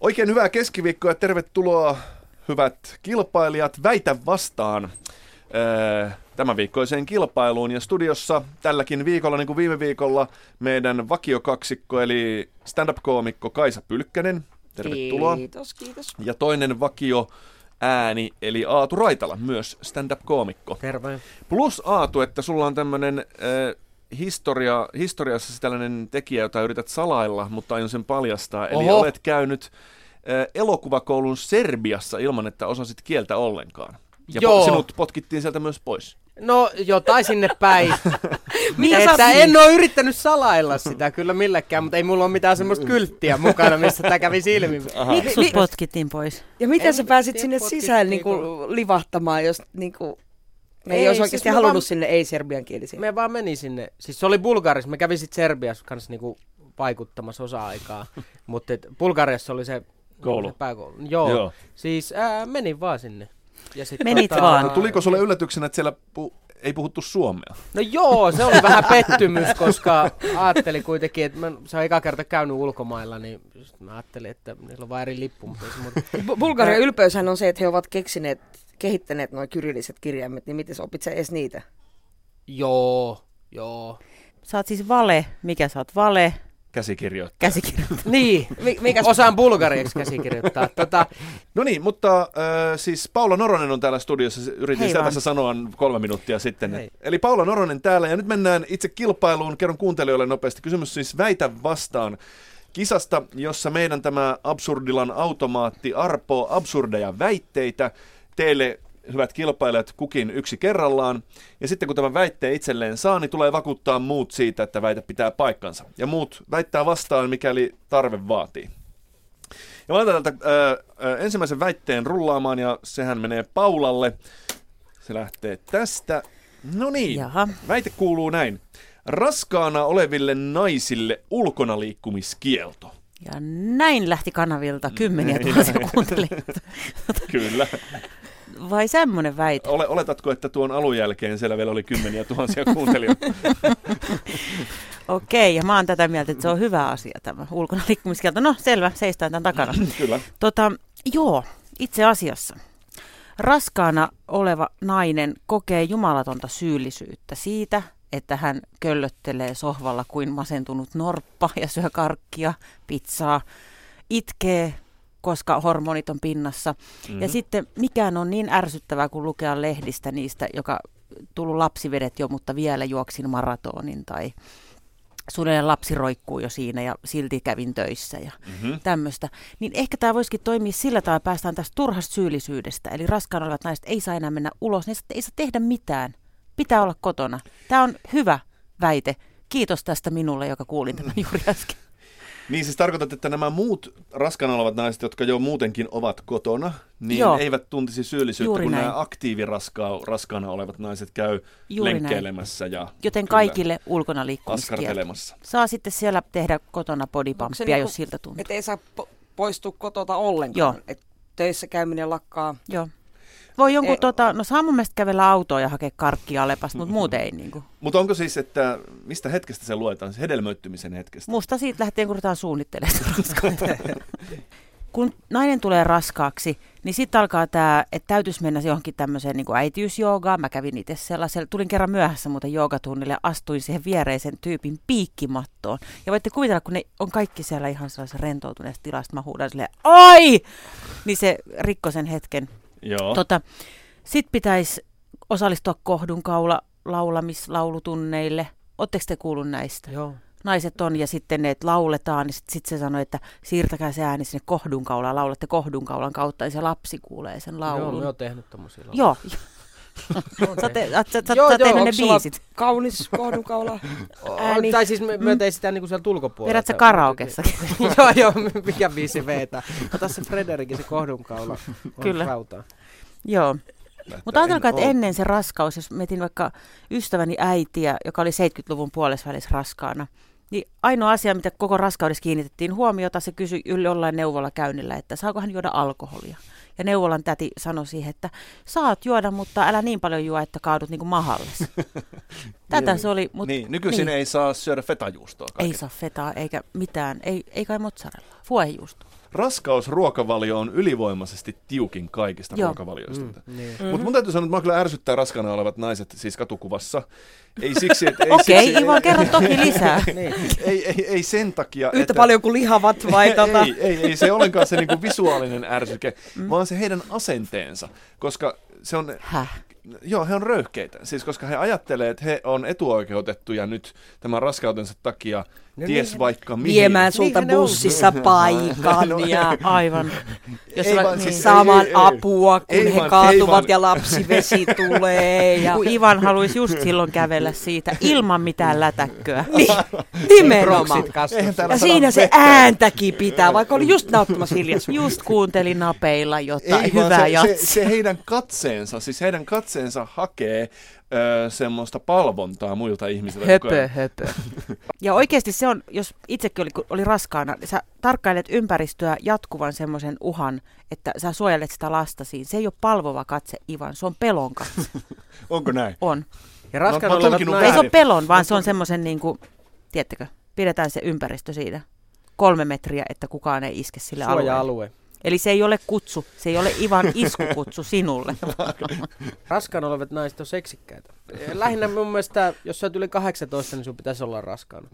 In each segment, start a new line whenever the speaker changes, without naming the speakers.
Oikein hyvää keskiviikkoa ja tervetuloa hyvät kilpailijat Väitä vastaan öö, tämän viikkoiseen kilpailuun. Ja studiossa tälläkin viikolla, niin kuin viime viikolla, meidän vakiokaksikko eli stand-up-koomikko Kaisa Pylkkänen. Tervetuloa.
Kiitos, kiitos.
Ja toinen vakio ääni, eli Aatu Raitala, myös stand-up-koomikko.
Terve.
Plus Aatu, että sulla on tämmöinen äh, historia, historiassa tällainen tekijä, jota yrität salailla, mutta aion sen paljastaa. Eli
Oho.
olet käynyt äh, elokuvakoulun Serbiassa ilman, että osasit kieltä ollenkaan. Ja po-
Joo.
sinut potkittiin sieltä myös pois.
No jotain sinne päin.
Niin
Mitä sä-
että en ole yrittänyt salailla sitä kyllä millekään, mutta ei mulla ole mitään semmoista kylttiä mukana, missä tämä kävi silmi.
Miksi
Sut
mi-
potkittiin pois.
ja miten
En
sä
mä
pääsit
tiedä,
sinne
potkittiin
sisään niinku
tuolla.
livahtamaan, jos niinku... Me ei,
Ei,
olisi
siis
oikeasti
me
halunnut
vaan-
sinne ei-serbiankielisiä. Me...
Me vaan meni sinne. Siis se oli Bulgarissa. Me kävin sitten Serbiassa kanssa niinku vaikuttamassa osa-aikaa. Mutta Bulgariassa oli se,
Koulu.
se pääkoulu. Joo.
Joo.
Joo. Siis ää, menin vaan sinne. Ja sit tota-
Menit vaan.
Tuliko sulle yllätyksenä, että siellä pu- ei puhuttu suomea?
No joo, se oli vähän pettymys, koska ajattelin kuitenkin, että mä, se on eka kerta käynyt ulkomailla, niin just mä ajattelin, että niillä on vaan eri lippu. Mutta ei se muuta.
Bulgarian ylpeyshän on se, että he ovat keksineet, kehittäneet nuo kyrilliset kirjaimet, niin miten sä opit sä edes niitä?
joo, joo.
Sä oot siis vale. Mikä sä oot? Vale.
Käsikirjoittaa.
Käsikirjoitus.
Niin,
Mi- mikä-
osaan bulgariaksi käsikirjoittaa. Tota,
No niin, mutta äh, siis Paula Noronen on täällä studiossa. Se- Yritin
Hei
sitä
vaan.
tässä sanoa kolme minuuttia sitten.
Hei.
Eli Paula Noronen täällä ja nyt mennään itse kilpailuun. Kerron kuuntelijoille nopeasti. Kysymys siis väitä vastaan kisasta, jossa meidän tämä Absurdilan automaatti arpoo absurdeja väitteitä teille hyvät kilpailijat kukin yksi kerrallaan. Ja sitten kun tämän väitteen itselleen saa, niin tulee vakuuttaa muut siitä, että väite pitää paikkansa. Ja muut väittää vastaan, mikäli tarve vaatii. Ja mä laitan täältä ö, ö, ensimmäisen väitteen rullaamaan ja sehän menee Paulalle. Se lähtee tästä. No niin,
Jaha.
väite kuuluu näin. Raskaana oleville naisille ulkona liikkumiskielto.
Ja näin lähti kanavilta kymmeniä tuhansia kuuntelijoita.
Kyllä.
Vai semmonen väite?
Ole, oletatko, että tuon alun jälkeen siellä vielä oli kymmeniä tuhansia kuuntelijoita?
Okei, ja mä oon tätä mieltä, että se on hyvä asia tämä ulkona liikkumiskielto. No selvä, seistään tämän takana.
Kyllä.
Tota, joo, itse asiassa. Raskaana oleva nainen kokee jumalatonta syyllisyyttä siitä, että hän köllöttelee sohvalla kuin masentunut norppa ja syö karkkia, pizzaa, itkee, koska hormonit on pinnassa. Mm-hmm. Ja sitten mikään on niin ärsyttävää kuin lukea lehdistä niistä, joka tullut lapsivedet jo, mutta vielä juoksin maratonin tai sudelleen lapsi roikkuu jo siinä ja silti kävin töissä ja
Mhm.
mm-hmm. tämmöistä. Niin ehkä tämä voisikin toimia sillä tavalla, että päästään tästä turhasta syyllisyydestä. Eli raskaana olevat naiset ei saa enää mennä ulos, ne ei saa tehdä mitään. Pitää olla kotona. Tämä on hyvä väite. Kiitos tästä minulle, joka kuulin tämän juuri äsken.
Niin siis tarkoitat, että nämä muut raskaana olevat naiset, jotka jo muutenkin ovat kotona, niin Joo.
Joo.
eivät tuntisi syyllisyyttä,
Juuri
kun
näin.
nämä aktiiviraskaana olevat naiset käy
Juuri näin.
lenkkeilemässä ja
Joten
kyllä,
kaikille ulkona liikkumiskielto.
askartelemassa.
Saa sitten siellä tehdä kotona bodypumppia,
niinku-
jos siltä tuntuu.
Että ei saa po- poistua kotota ollenkaan.
Joo.
Et töissä käyminen lakkaa.
Joo. Voi jonkun,
Ei-
ei, tota, no saa mun mielestä kävellä autoa ja hakea karkkia alepasta, mutta muuten ei niin kuin.
Mutta onko siis, että mistä hetkestä se luetaan, siis hedelmöittymisen hetkestä?
Musta siitä lähtien, kun ruvetaan suunnittelemaan sitä raskautta. kun nainen tulee raskaaksi, niin sitten alkaa tämä, että täytyisi mennä johonkin tämmöiseen niin äitiysjoogaan. Mä kävin itse sellaisella. Tulin kerran myöhässä muuten joogatunnille ja astuin siihen viereisen tyypin piikkimattoon. Ja voitte kuvitella, kun ne on kaikki siellä ihan sellaisessa rentoutuneessa tilassa, että mä huudan silleen, ai! Niin se rikkoi sen hetken.
Joo.
Tota, Sitten pitäisi osallistua kohdun kaula, laulamislaulutunneille. Oletteko te kuullut näistä?
joo.
naiset on ja sitten ne, että lauletaan, niin sitten sit se sanoi, että siirtäkää se ääni sinne kohdunkaulaan, laulatte kohdunkaulan kautta ja se lapsi kuulee sen
Joo,
laulun.
me oon tehnyt tommosia lauloja.
Joo, sä, te, sä,
Joo,
sä, joo, sä
joo,
tehnyt ne
onks sulla
biisit.
Kaunis kohdunkaula.
Ääni. Tai siis me, me tein sitä niinku sieltä ulkopuolelta.
Vedät sä karaokessakin.
joo, joo, mikä biisi vetää. Ota se Frederikin se kohdunkaula.
Kyllä.
Rautaa.
joo. Mutta ajatelkaa, että
en oo.
ennen se raskaus, jos mietin vaikka ystäväni äitiä, joka oli 70-luvun puolessa välissä raskaana, niin ainoa asia, mitä koko raskaudessa kiinnitettiin huomiota, se kysyi yl- jollain neuvolla käynnillä, että saako hän juoda alkoholia. Ja neuvolan täti sanoi siihen, että saat juoda, mutta älä niin paljon juo, että kaadut niin mahalles. Tätä se oli, mutta
niin, nykyisin niin.
niin.
ei saa syödä fetajuustoa
ei
kaikille.
saa fetaa eikä mitään, ei, ei kai mozzarella, fuejuusto.
raskausruokavalio on ylivoimaisesti tiukin kaikista
Joo.
ruokavalioista. Mm.
Niin.
Mutta mun täytyy sanoa, että mä kyllä ärsyttää raskana olevat naiset siis katukuvassa. Ei siksi, että... ei
Okei,
siksi-
Ivan, kerro toki lisää.
ei, ei, ei sen takia,
Yhtä paljon kuin lihavat vai tota?
ei, ei, ei se ollenkaan se niinku visuaalinen ärsyke, mm. vaan se heidän asenteensa, koska se on,
Häh?
joo, he on röyhkeitä. Siis koska he ajattelee, että he on etuoikeutettuja nyt tämän raskautensa takia, no
No
ties
niin.
vaikka mihin.
Viemään sulta
Niinhän ne on.
bussissa paikan ja
Aivan. Jos
Ei
mä-
vaan
niin.
siis-
saman
ei, ei.
apua, kun
Ei
he
vaan,
kaatuvat
ei
ja lapsivesi tulee. Ja...
Kun Ivan haluaisi just silloin kävellä siitä ilman mitään lätäkköä.
Niin, nimenomaan.
Proksit kastus.
Eihän täällä
Ja
saada
siinä se
vettä.
ääntäkin pitää, vaikka oli just nauttimassa hiljaisuutta.
Just kuuntelin napeilla jotain
Ei,
Ei, hyvää
vaan se, se,
jatsia.
se heidän katseensa, siis heidän katseensa hakee ö, semmoista palvontaa muilta ihmisiltä. koko
Höpö,
ajan.
höpö.
Ja oikeasti se on, jos itsekin oli, kun oli raskaana, niin sä tarkkailet ympäristöä jatkuvan semmoisen uhan, että sä suojelet sitä lasta siinä. Se ei ole palvova katse, Ivan, se on pelon katse.
Onko näin?
On.
Ja
Mä- mä
raskaana
oon
olevat
tulkinnut
Ei se
väärin.
naiset...
ole pelon, vaan se on semmoisen niin kuin, tiedättekö, pidetään se ympäristö siinä. Kolme metriä, että kukaan ei iske sille alueelle.
Suoja-alue.
Eli se ei ole kutsu, se ei ole Ivan iskukutsu sinulle.
Raskaana olevat naiset on seksikkäitä. Lähinnä mun mielestä, jos sä oot yli 18, niin sun pitäisi olla raskaana.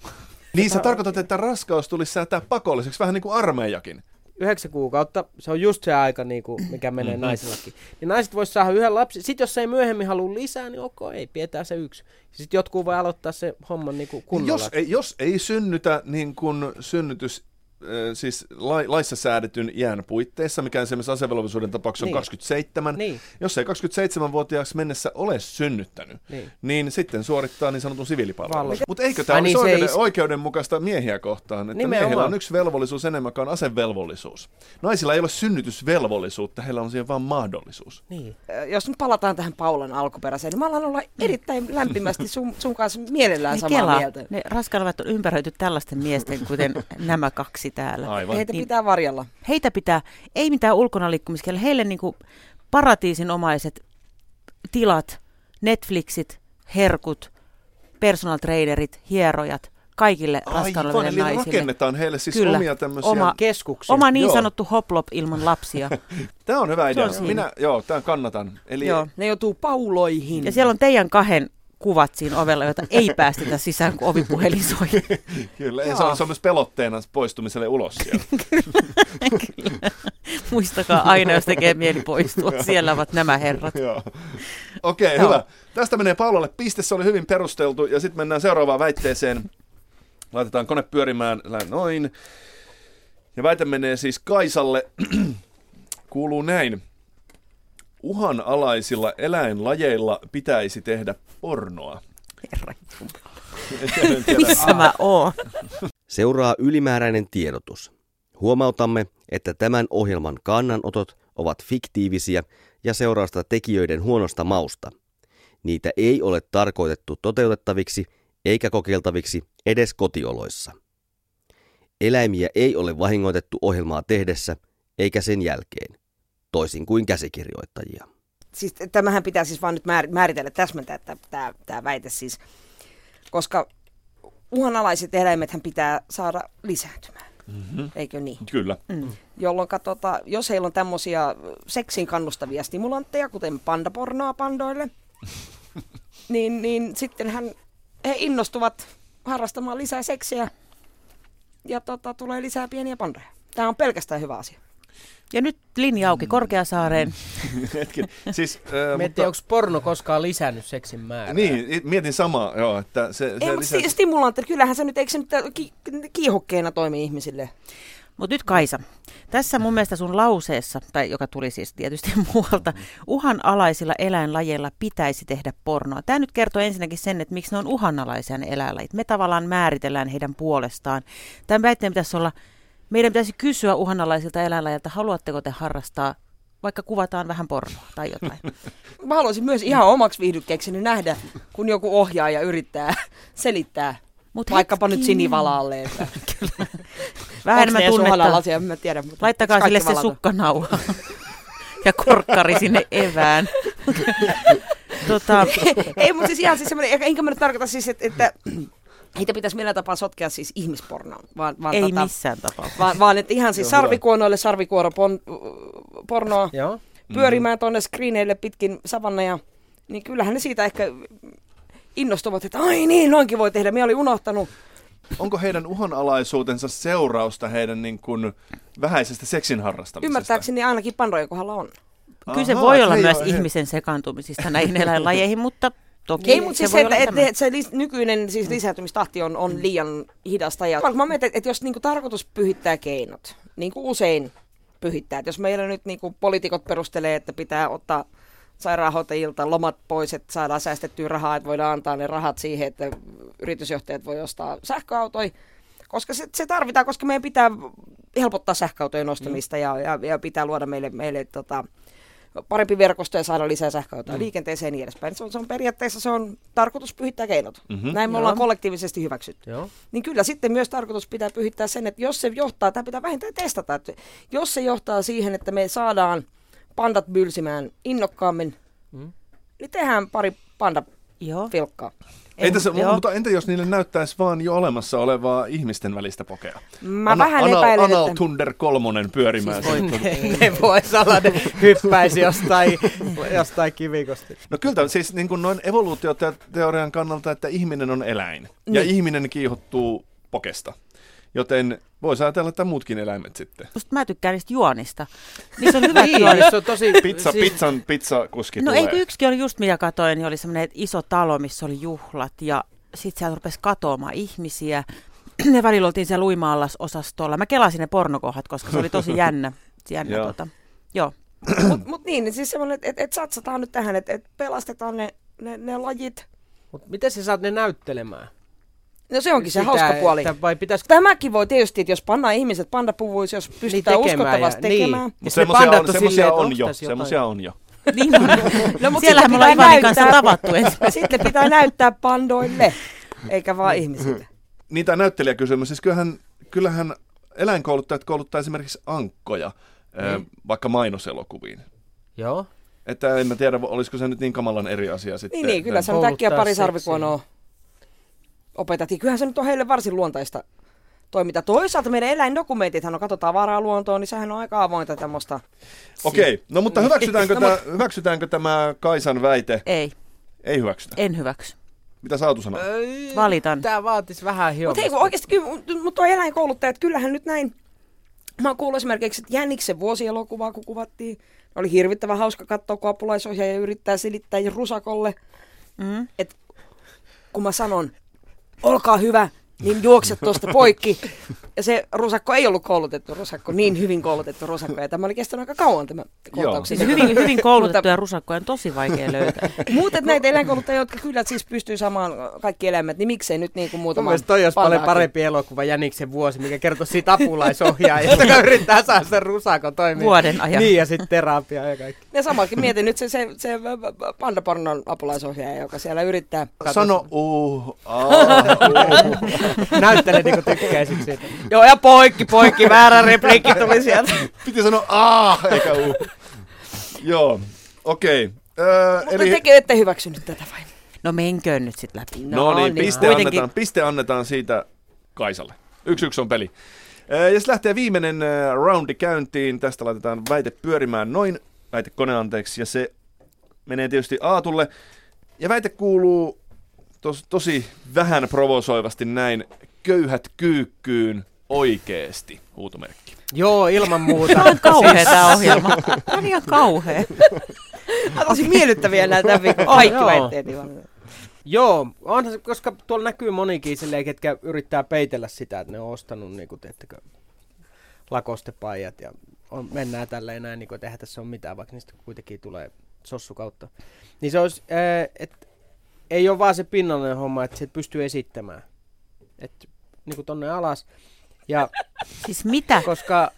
Niin sä tarkoitat, että raskaus tulisi säätää pakolliseksi, vähän niin kuin armeijakin.
Yhdeksän kuukautta, se on just se aika, niin kuin, mikä menee
Mhm.
naisillakin. Niin naiset vois saada yhden lapsen. Sitten jos ei myöhemmin halua lisää, niin ok, ei, pidetään se yksi. Sitten jotkut voi aloittaa se homman niin kuin kunnolla.
Jos ei, jos ei synnytä niin kuin synnytys, äh, siis lai, laissa säädetyn iän puitteissa, mikä esimerkiksi asevelvollisuuden tapauksessa on
Niin.
27, niin.
Niin,
jos ei 27-vuotiaaksi mennessä ole synnyttänyt,
niin.
niin sitten suorittaa niin sanotun siviilipalveluksen.
Vallan.
Mutta eikö tämä
Ai
olisi
niin, se
oikeuden,
ei-
oikeudenmukaista miehiä kohtaan, että
Nimenomaan.
miehillä on yksi velvollisuus enemmän kuin asevelvollisuus. Naisilla ei ole synnytysvelvollisuutta, heillä on siihen vain mahdollisuus.
niin.
Jos nyt palataan tähän Paulan alkuperäiseen, niin mä alan olla erittäin lämpimästi sun, sun kanssa mielellään
Niin
samaa
Kela,
mieltä.
ne raskaanavat on ympäröity tällaisten miesten, kuten nämä kaksi täällä.
Aivan.
Heitä
Niin.
pitää varjella.
Heitä pitää, ei mitään ulkona liikkumiskiellä, heille niinku paratiisinomaiset tilat, Netflixit, herkut, personal trainerit, hierojat, kaikille raskaana
Aivan,
oleville
eli
naisille.
niin rakennetaan heille siis
Kyllä.
omia tämmöisiä...
Oma-
Keskuksia.
Oma niin
Joo.
sanottu hoplop ilman lapsia.
Tämä on hyvä idea.
on siinä.
Minä, joo, tämän kannatan. Eli
Joo.
Ne joutuu pauloihin.
Ja siellä on teidän kahden kuvat siinä ovella, joita ei päästetä sisään, kun ovipuhelin soi.
Kyllä, ja se on, se on myös pelotteena poistumiselle ulos sieltä.
Muistakaa aina, jos tekee mieli poistua. Siellä ovat nämä herrat.
Joo. Okei, okay,
Joo.
hyvä. Tästä menee Paulalle piste, se oli hyvin perusteltu. Ja sitten mennään seuraavaan väitteeseen. Laitetaan kone pyörimään lä- noin. Ja väite menee siis Kaisalle. Kuuluu näin. Uhanalaisilla eläinlajeilla pitäisi tehdä pornoa.
Herra,
En tiedä. Ah,
missä mä oon?
Seuraa ylimääräinen tiedotus. Huomautamme, että tämän ohjelman kannanotot ovat fiktiivisiä ja seurausta tekijöiden huonosta mausta. Niitä ei ole tarkoitettu toteutettaviksi eikä kokeiltaviksi edes kotioloissa. Eläimiä ei ole vahingoitettu ohjelmaa tehdessä eikä sen jälkeen, toisin kuin käsikirjoittajia.
siis tämähän pitää siis vaan nyt määr- määritellä, täsmentää tämä, tämä väite siis, koska uhanalaiset eläimethän pitää saada lisääntymään,
Mhm.
eikö niin?
Kyllä.
Jolloin tota, jos heillä on tämmöisiä seksin kannustavia stimulantteja, kuten pandapornoa pandoille, niin, niin sittenhän he innostuvat harrastamaan lisää seksiä ja tota, tulee lisää pieniä pandoja. Tämä on pelkästään hyvä asia.
Ja nyt linja
Mm.
auki Korkeasaareen.
Hetken. Siis, äh,
Mä en
mutta,
tiedä, onko porno koskaan lisännyt seksin määrää.
niin, i- mietin samaa, joo, että se, se
Ei, mutta siis
lisää...
sti- stimulantti, kyllähän se nyt, eikö se nyt ki- kiihokkeena toimi ihmisille?
Mutta nyt Kaisa, tässä mun mielestä sun lauseessa, tai joka tuli siis tietysti muualta, uhanalaisilla eläinlajeilla pitäisi tehdä pornoa. Tämä nyt kertoo ensinnäkin sen, että miksi ne on uhanalaisia ne eläinlajit. Me tavallaan määritellään heidän puolestaan. Tämän väitteen pitäisi olla, meidän pitäisi kysyä uhanalaisilta eläinlajilta, haluatteko te harrastaa, vaikka kuvataan vähän pornoa tai jotain.
Mä haluaisin myös ihan omaksi viihdykkeekseni nähdä, kun joku ohjaaja yrittää selittää
Mut
vaikkapa nyt
hetkinen.
sinivalaalle. Että onks
Vähän
ne
enemmän
edes
tunnetta.
uhanalaisia, en mä tiedä. Mutta
Laittakaa
kaikki
sille se
valaat on.
sukkanauha ja korkkari sinne evään. tota,
Ei, mutta siis ihan siis semmoinen, enkä mä nyt tarkoita siis, että, että Niitä pitäisi millään tapaa sotkea siis ihmispornoon, vaan, vaan,
Ei
tota,
missään tapauksessa.
vaan, vaan että ihan siis
Joo, hyvä.
sarvikuonoille sarvikuoropornoa
Joo.
pyörimään tuonne screeneille pitkin savanna ja niin kyllähän ne siitä ehkä innostuvat, että ai niin, noinkin voi tehdä, minä olin unohtanut.
Onko heidän uhanalaisuutensa seurausta heidän niin kuin vähäisestä seksin harrastamisesta?
Ymmärtääkseni ainakin pandojen kohdalla on.
Kyse
Ahaa,
voi olla
ei
myös
ole-
ihmisen sekaantumisista näihin eläinlajeihin, mutta toki
Ei, mutta siis se,
se voi
että,
olla
että
tämä.
et, se lis, nykyinen siis lisääntymistahti on, on liian hidasta. Ja, mä mietin, että, että jos niinku tarkoitus pyhittää keinot, niin kuin usein pyhittää. Että jos meillä nyt niinku poliitikot perustelee, että pitää ottaa sairaanhoitajilta lomat pois, että saadaan säästettyä rahaa, että voidaan antaa ne rahat siihen, että yritysjohtajat voi ostaa sähköautoja, koska se, se tarvitaan, koska meidän pitää helpottaa sähköautojen ostamista mm. ja, ja, ja pitää luoda meille, meille tota, parempi verkosto ja saada lisää sähköautoa mm. liikenteeseen ja niin edespäin. Se on, se on periaatteessa se on tarkoitus pyhittää keinot. Mm-hmm. Näin me ollaan kollektiivisesti hyväksytty.
Joo.
Niin kyllä sitten myös tarkoitus pitää pyhittää sen, että jos se johtaa, tämä pitää vähintään testata, että jos se johtaa siihen, että me saadaan pandat bylsimään innokkaammin, mm. niin tehdään pari panda
Joo.
filkkaa.
Ei tässä,
joo.
mutta entä jos niille näyttäisi vaan jo olemassa olevaa ihmisten välistä pokea?
Mä vähän epäilen,
Anal
että-
Tunder kolmonen pyörimään. Siis
Ne, ne vois olla, ne hyppäisi jostain, jostain kivikosta.
no kyllä, tämä- siis niin kuin noin evoluutioteorian kannalta, että ihminen on eläin. Niin. Ja ihminen kiihottuu pokesta. Joten voisi ajatella, että muutkin eläimet sitten.
Musta mä tykkään niistä juonista. Niissä on hyvät
Niin,
juonit.
se on tosi...
Pizza, siis... Pizzan pizzakuski
No
tulee.
eikö yksikin oli just mitä katoin, niin oli semmoinen iso talo, missä oli juhlat ja sit sieltä rupesi katoamaan ihmisiä. Ne välillä oltiin siellä uima-allasosastolla. Mä kelasin ne pornokohdat, koska se oli tosi jännä. jännä
Joo.
joo. Tota. joo.
Mutta mut niin, niin siis semmoinen, että et, et satsataan nyt tähän, että et pelastetaan ne, ne, ne lajit.
Mut miten sä saat ne näyttelemään?
No se onkin se
Sitä,
hauska puoli.
että Vai pitäis...
Tämäkin voi tietysti, että jos pannaan ihmiset pandapuvuiksi, jos pystytään
tekemään ja-
uskottavasti
niin.
tekemään.
Mutta
ne
semmoisia
pandat
on,
on
semmosia
silleen,
on
että
jo.
ostais jotain.
Semmoisia on jo.
Niin on.
No, mut
Siellähän
sitten
me
pitää
ollaan Ivanin kanssa
näyttää-
tavattu ensin.
Sitten pitää näyttää pandoille, eikä vaan ihmisille.
Niin tämä näyttelijäkysymys, siis kyllähän, kyllähän eläinkouluttajat kouluttaa esimerkiksi ankkoja
Niin.
mm. vaikka mainoselokuviin.
Joo.
Että en mä tiedä, olisiko se nyt niin kamalan eri asia sitten.
Niin, niin kyllä se on
kouluttaa
äkkiä pari
seksiä.
sarvikuonoa opetat. Ja kyllähän se nyt on heille varsin luontaista toiminta. Toisaalta meidän eläindokumentithan on, katsotaan varaa luontoon, niin sehän on aika avointa tämmöistä.
Okei, no mutta hyväksytäänkö,
No,
tämä, hyväksytäänkö tämä Kaisan väite?
Ei,
Ei hyväksytä.
en hyväksy.
Mitä Saatu sanoo?
Valitan.
Tää vaatis vähän
Mutta
hiomista.
ei kun oikeasti, kyllä, mutta eläinkouluttajat, kyllähän nyt näin. Mä oon kuullut esimerkiksi, että Jäniksen vuosielokuvaa, kun kuvattiin, oli hirvittävän hauska katsoa, kun apulaisohjaaja yrittää selittää rusakolle, mm. että kun mä sanon, olkaa hyvä, niin juokset tuosta poikki. Ja se rusakko ei ollut koulutettu rusakko, niin hyvin koulutettu rusakko. Ja tämä oli kestänyt aika kauan tämä kohtauksen.
Siis hyvin, hyvin koulutettuja rusakkoja on tosi vaikea löytää.
Mutta näitä eläinkouluttajia, jotka kyllä siis pystyy saamaan kaikki eläimet, niin miksei nyt niin kuin
Mun
muutama
mielestä toi olisi paljon parempi elokuva Jäniksen vuosi, mikä kertoo siitä apulaisohjaajasta, joka yrittää saada sen rusakon toimimaan.
Vuoden ajan.
Niin, ja sitten terapiaa ja kaikki.
Ja samakin mietin nyt se, se, se pandapornon apulaisohjaaja, joka siellä yrittää.
Sano uh, aah, uh.
Näyttele niin kuin tykkäisit siitä.
Joo, ja poikki, poikki, väärä repliikki tuli sieltä.
Piti sanoa aah, eikä uh. Joo, okei. Öö,
Mutta tekin ette hyväksynyt tätä vai?
No menköön nyt sitten läpi.
No, niin, piste
Kuitenkin-
annetaan, piste annetaan siitä Kaisalle. Yksi yksi on peli. Ee, Jos lähtee viimeinen ee, roundi käyntiin, tästä laitetaan väite pyörimään noin, väite kone anteeksi, ja se menee tietysti Aatulle. Ja väite kuuluu tos, tosi vähän provosoivasti näin, köyhät kyykkyyn oikeesti, huutomerkki.
Joo, ilman muuta.
Tämä on kauhea tämä ohjelma. Tämä Siis- on ihan kauhea.
Mä tosi miellyttäviä nämä tämän viikon kaikki
Joo.
väitteet. Ivan.
Joo, onhan se, koska tuolla näkyy monikin silleen, ketkä yrittää peitellä sitä, että ne on ostanut niin kuin, teettekö, lakostepaijat ja on, mennään tälleen näin, niin kuin, että eihän tässä on mitään, vaikka niistä kuitenkin tulee sossu kautta. Niin se olisi, ää, et, ei ole vaan se pinnallinen homma, että se pystyy esittämään. Et, niin kuin tonne alas. Ja
Siis mitä?
koska...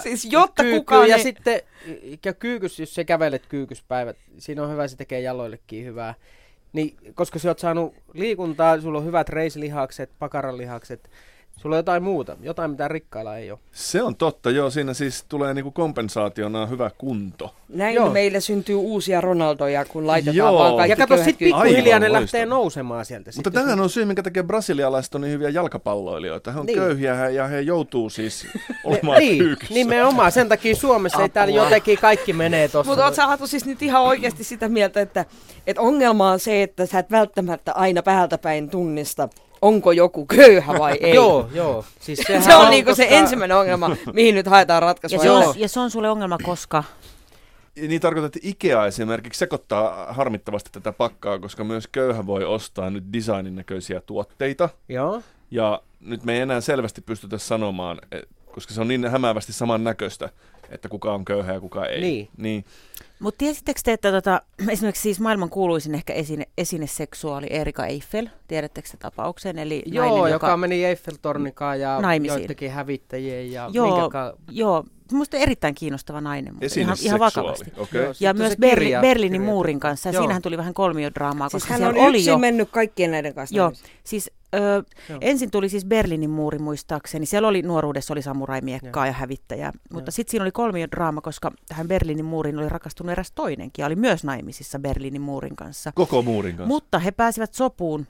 Siis jotta
kyykkyy
kukaan
Ja
ei-
sitten ja kyykys, jos sä kävelet kyykyspäivät, siinä on hyvä, se tekee jaloillekin hyvää. Niin, koska sä oot saanut liikuntaa, sulla on hyvät reislihakset, pakaranlihakset, Sulla on jotain muuta, jotain mitä rikkailla ei ole.
Se on totta, joo. Siinä siis tulee niinku kompensaationa hyvä kunto.
Näin
Joo.
Joo. meille syntyy uusia Ronaldoja, kun laitetaan
Joo.
Joo. vaan
Ja
kaikki
Ja kato,
köyhät
sit
kyykkyyn.
Aivan
pikkuhiljaa ne
loistava.
lähtee nousemaan sieltä.
Mutta
sitten.
tämähän on syy, minkä takia brasilialaiset on niin hyviä jalkapalloilijoita. He on niin.
Niin.
köyhiä he- ja he joutuu siis olemaan
niin,
kyykyssä.
nimenomaan. Sen takia Suomessa ei täällä
Apua.
jotenkin kaikki menee tossa.
Mutta oot sä Hatu siis nyt ihan oikeasti sitä mieltä, että, että ongelma on se, että sä et välttämättä aina päältä päin tunnista, onko joku köyhä vai ei.
Joo, joo. Siis sehän
Se on niinku se
koska-
ensimmäinen ongelma, mihin nyt haetaan
Ja
ratkaisua.
se,
Joo.
on, ja se on sulle ongelma, koska
Niin tarkoitan, että Ikea esimerkiksi sekoittaa harmittavasti tätä pakkaa, koska myös köyhä voi ostaa nyt designin näköisiä tuotteita.
Joo.
Ja nyt me ei enää selvästi pystytä sanomaan, eh, koska se on niin hämäävästi samannäköistä, että kuka on köyhä ja kuka ei.
Niin.
niin.
Mutta tiesittekö te, että tota, esimerkiksi siis maailman kuuluisin ehkä esine, esineseksuaali Erika Eiffel, tiedättekö se tapauksen? Eli
Joo,
nainen,
joka, joka meni Eiffeltornikaan ja
Naimisiin.
joidenkin hävittäjien ja
Joo,
minkäkaan-
Joo, minusta erittäin kiinnostava nainen, mutta ihan, ihan
Esineseksuaali,
vakavasti.
okei.
Joo,
Okay.
se-
Ja
Sitten
myös
se
Berli,
kirja-
Berlinin
kirjoitettu.
muurin kanssa, ja
Joo.
siinähän tuli vähän kolmiodraamaa,
Siis
koska
hän on
siellä oli
yksin
jo...
mennyt kaikkien näiden kanssa.
Joo,
naimisiin.
siis ö,
Joo.
ensin tuli siis Berliinin muuri muistaakseni. Siellä oli nuoruudessa oli samuraimiekkaa ja hävittäjää, mutta sitten siinä oli kolmiodraama, koska tähän Berliinin muuriin oli rakastunut eräs toinenkin ja oli myös naimisissa Berliinin muurin kanssa.
Koko muurin kanssa.
Mutta he pääsivät sopuun.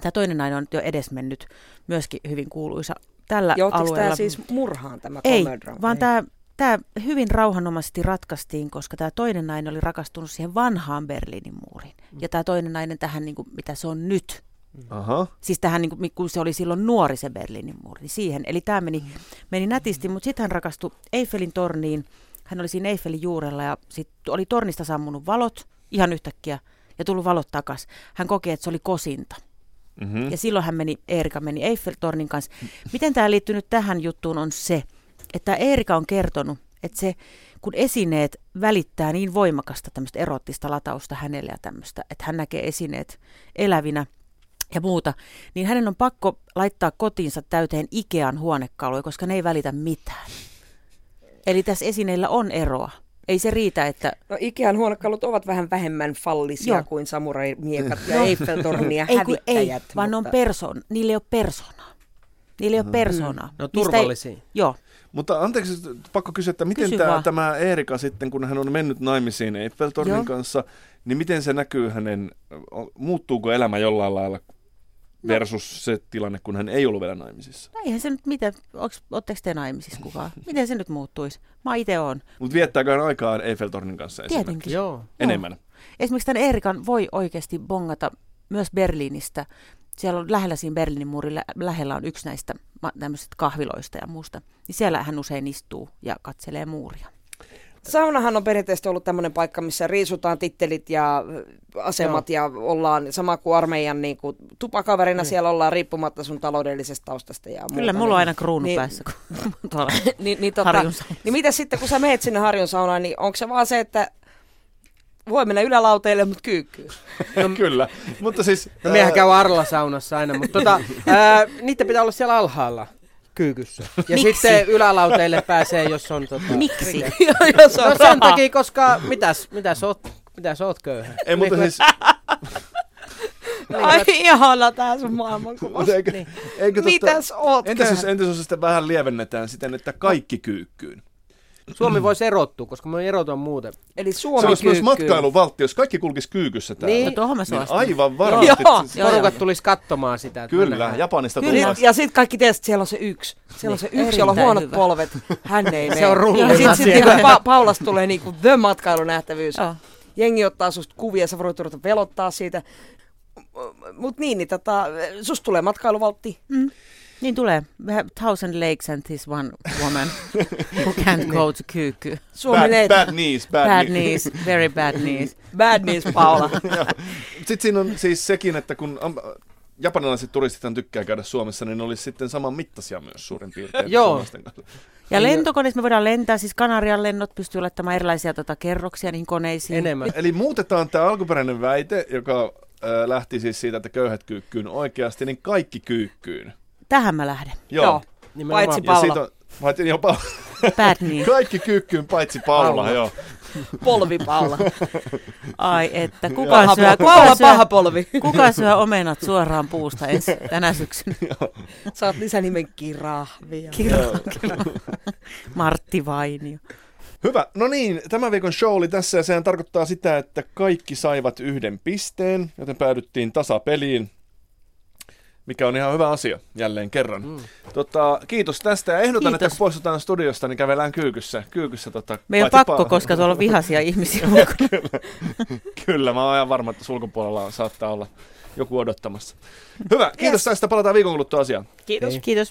Tämä toinen nainen on nyt jo edesmennyt, myöskin hyvin kuuluisa tällä
Joutiko
alueella.
tämä siis murhaan tämä
Ei,
komedrama?
vaan tämä, tämä hyvin rauhanomaisesti ratkaistiin, koska tämä toinen nainen oli rakastunut siihen vanhaan Berliinin muuriin. Ja tämä toinen nainen tähän, niin kuin, mitä se on nyt.
Aha.
Siis tähän, niin kuin, kun se oli silloin nuori se Berliinin muuri, niin siihen. Eli tämä meni, meni nätisti, mutta sitten hän rakastui Eiffelin torniin. Hän oli siinä Eiffelin juurella ja sitten oli tornista sammunut valot ihan yhtäkkiä ja tullut valot takas. Hän koki, että se oli kosinta.
Mm-hmm.
Ja silloin hän meni, Erika meni Eiffeltornin kanssa. Miten tämä liittyy nyt tähän juttuun on se, että Erika on kertonut, että se, kun esineet välittää niin voimakasta tämmöistä erottista latausta hänelle ja tämmöistä, että hän näkee esineet elävinä ja muuta, niin hänen on pakko laittaa kotiinsa täyteen Ikean huonekaluja, koska ne ei välitä mitään. Eli tässä esineillä on eroa. Ei se riitä, että
No Ikean huonekalut ovat vähän vähemmän fallisia
Joo.
Joo. kuin samuraimiekat ja Eiffeltornin ja
ei, kun ei,
hävittäjät. Mm.
vaan ne on persoon, niillä ei ole persoonaa. Niillä ei ole persoonaa.
No
Niistä ei-
turvallisia.
Joo.
Mutta anteeksi, pakko kysyä, että miten
Kysy
tämä,
vaan.
tämä Erika sitten, kun hän on mennyt naimisiin Eiffeltornin
Joo.
kanssa, niin miten se näkyy hänen, o- muuttuuko elämä jollain lailla versus se tilanne, kun hän ei ollut vielä naimisissa?
No eihän se nyt mitä, oletteko te naimisissa kukaan? Miten se nyt muuttuisi? Mä itse oon,
Mutta viettääkö hän aikaa Eiffeltornin kanssa esimerkiksi?
tietenkin.
Joo.
Enemmän.
Esimerkiksi tämän Erikan voi oikeasti bongata myös Berliinistä. Siellä on lähellä siinä Berliinin muurilla, lähellä on yksi näistä ma- tämmöisistä kahviloista ja muusta. Niin siellä hän usein istuu ja katselee muuria.
Saunahan on perinteisesti ollut tämmöinen paikka, missä riisutaan tittelit ja ö, asemat ja ollaan sama kuin armeijan niin kuin, tupakaverina siellä ollaan riippumatta sun taloudellisesta taustasta ja muuta.
Niin. Kyllä mulla on aina kruunu
niin-
niin, päässä, kun mä oon tuolla
Niin, niin, tota,
Harjun saunassa.
niin mitä sitten, kun sä meet sinne harjun saunaan, niin onko se vaan se, että voi mennä ylälauteille, mutta kyykkyy?
Kyllä, mutta siis...
No, mehän
ää,
käy Arla-saunassa aina, mutta tota, ää, niitä pitää olla siellä alhaalla kyykyssä. Ja
Miksi?
sitten ylälauteille pääsee, jos on tota...
Miksi?
Jos on
No sen
rahaa.
takia, koska mitäs, mitäs oot, mitäs oot köyhä?
ei, mutta siis,
Ai ihana tää sun maailmankuva.
mutta eikö, eikö
Niin. Mitäs oot
entäs jos,
köyhä?
entäs jos sitä vähän lievennetään siten, että kaikki kyykkyyn?
Suomi voisi erottua, koska me erotan muuten.
Eli
Se
Suomi
olisi myös
kyykkyy.
matkailuvaltti, jos kaikki kulkisi kyykyssä täällä.
Niin.
No tuohon mä
Niin
suostun.
aivan varmasti.
Joo,
Se-
joo,
Porukat tulisi katsomaan sitä. että me
Kyllä,
nähdään.
Japanista
Kyllä.
tullaan.
Sit, ja sitten kaikki tietysti, että siellä on se yksi. Siellä on se
Niin,
yksi, jolla on
erittäin
huonot
hyvä.
polvet. Hän ei mene.
Se on rullin
Sitten sit
asia.
niinku pa- Paulasta tulee niinku the matkailunähtävyys.
Joo.
Jengi ottaa susta kuvia, sä voit ruveta velottaa siitä. Mutta niin, niin tota, susta tulee matkailuvaltti.
Niin tulee. We have thousand lakes and this one woman who
Niin.
can't go to kyykky.
Suomi
bad,
neet.
bad knees, bad,
Bad
knees.
knees, very bad
Niin.
knees.
bad news, Paula.
Sitten siinä on siis sekin, että kun am- japanilaiset turistit tykkää käydä Suomessa, niin ne olisi sitten saman mittaisia myös suurin piirtein.
Joo.
suomalaisten kanssa.
Ja
Niin.
lentokoneessa me voidaan lentää, siis Kanarian lennot pystyy laittamaan erilaisia tota, kerroksia niihin koneisiin.
Enemmän.
Eli muutetaan tämä alkuperäinen väite, joka ö, lähti siis siitä, että köyhät kyykkyyn oikeasti, niin kaikki kyykkyyn.
Tähän mä lähden.
Joo.
Joo.
Nimenomaan.
Paitsi
Ja siitä
Paula.
on, Mä ajattelin jopa
Bad niin.
kaikki kyykkyyn paitsi Paula,
Paula.
joo.
Polvipaula.
Ai että, kuka
Paha,
syö, kuka
paha,
syö,
paha polvi.
kuka syö omenat suoraan puusta ensi tänä syksynä?
Saat lisänimen kirahvia.
Kirja. Martti Vainio.
Hyvä. No niin, tämän viikon show oli tässä ja sehän tarkoittaa sitä, että kaikki saivat yhden pisteen, joten päädyttiin tasapeliin, mikä on ihan hyvä asia jälleen kerran. Mm. Tota, kiitos tästä ja ehdotan,
Kiitos.
kiitos. että kun poistutaan studiosta, niin kävellään kyykyssä. kyykyssä tota,
Me ei ole
paitsi
pakko,
Paula-
koska tuolla on vihaisia ihmisiä ulkona.
Kyllä, mä oon aivan varma, että sulkupuolella saattaa olla joku odottamassa. Hyvä, kiitos yes. tästä. Palataan viikon kuluttua asiaan.
Kiitos. Kiitos.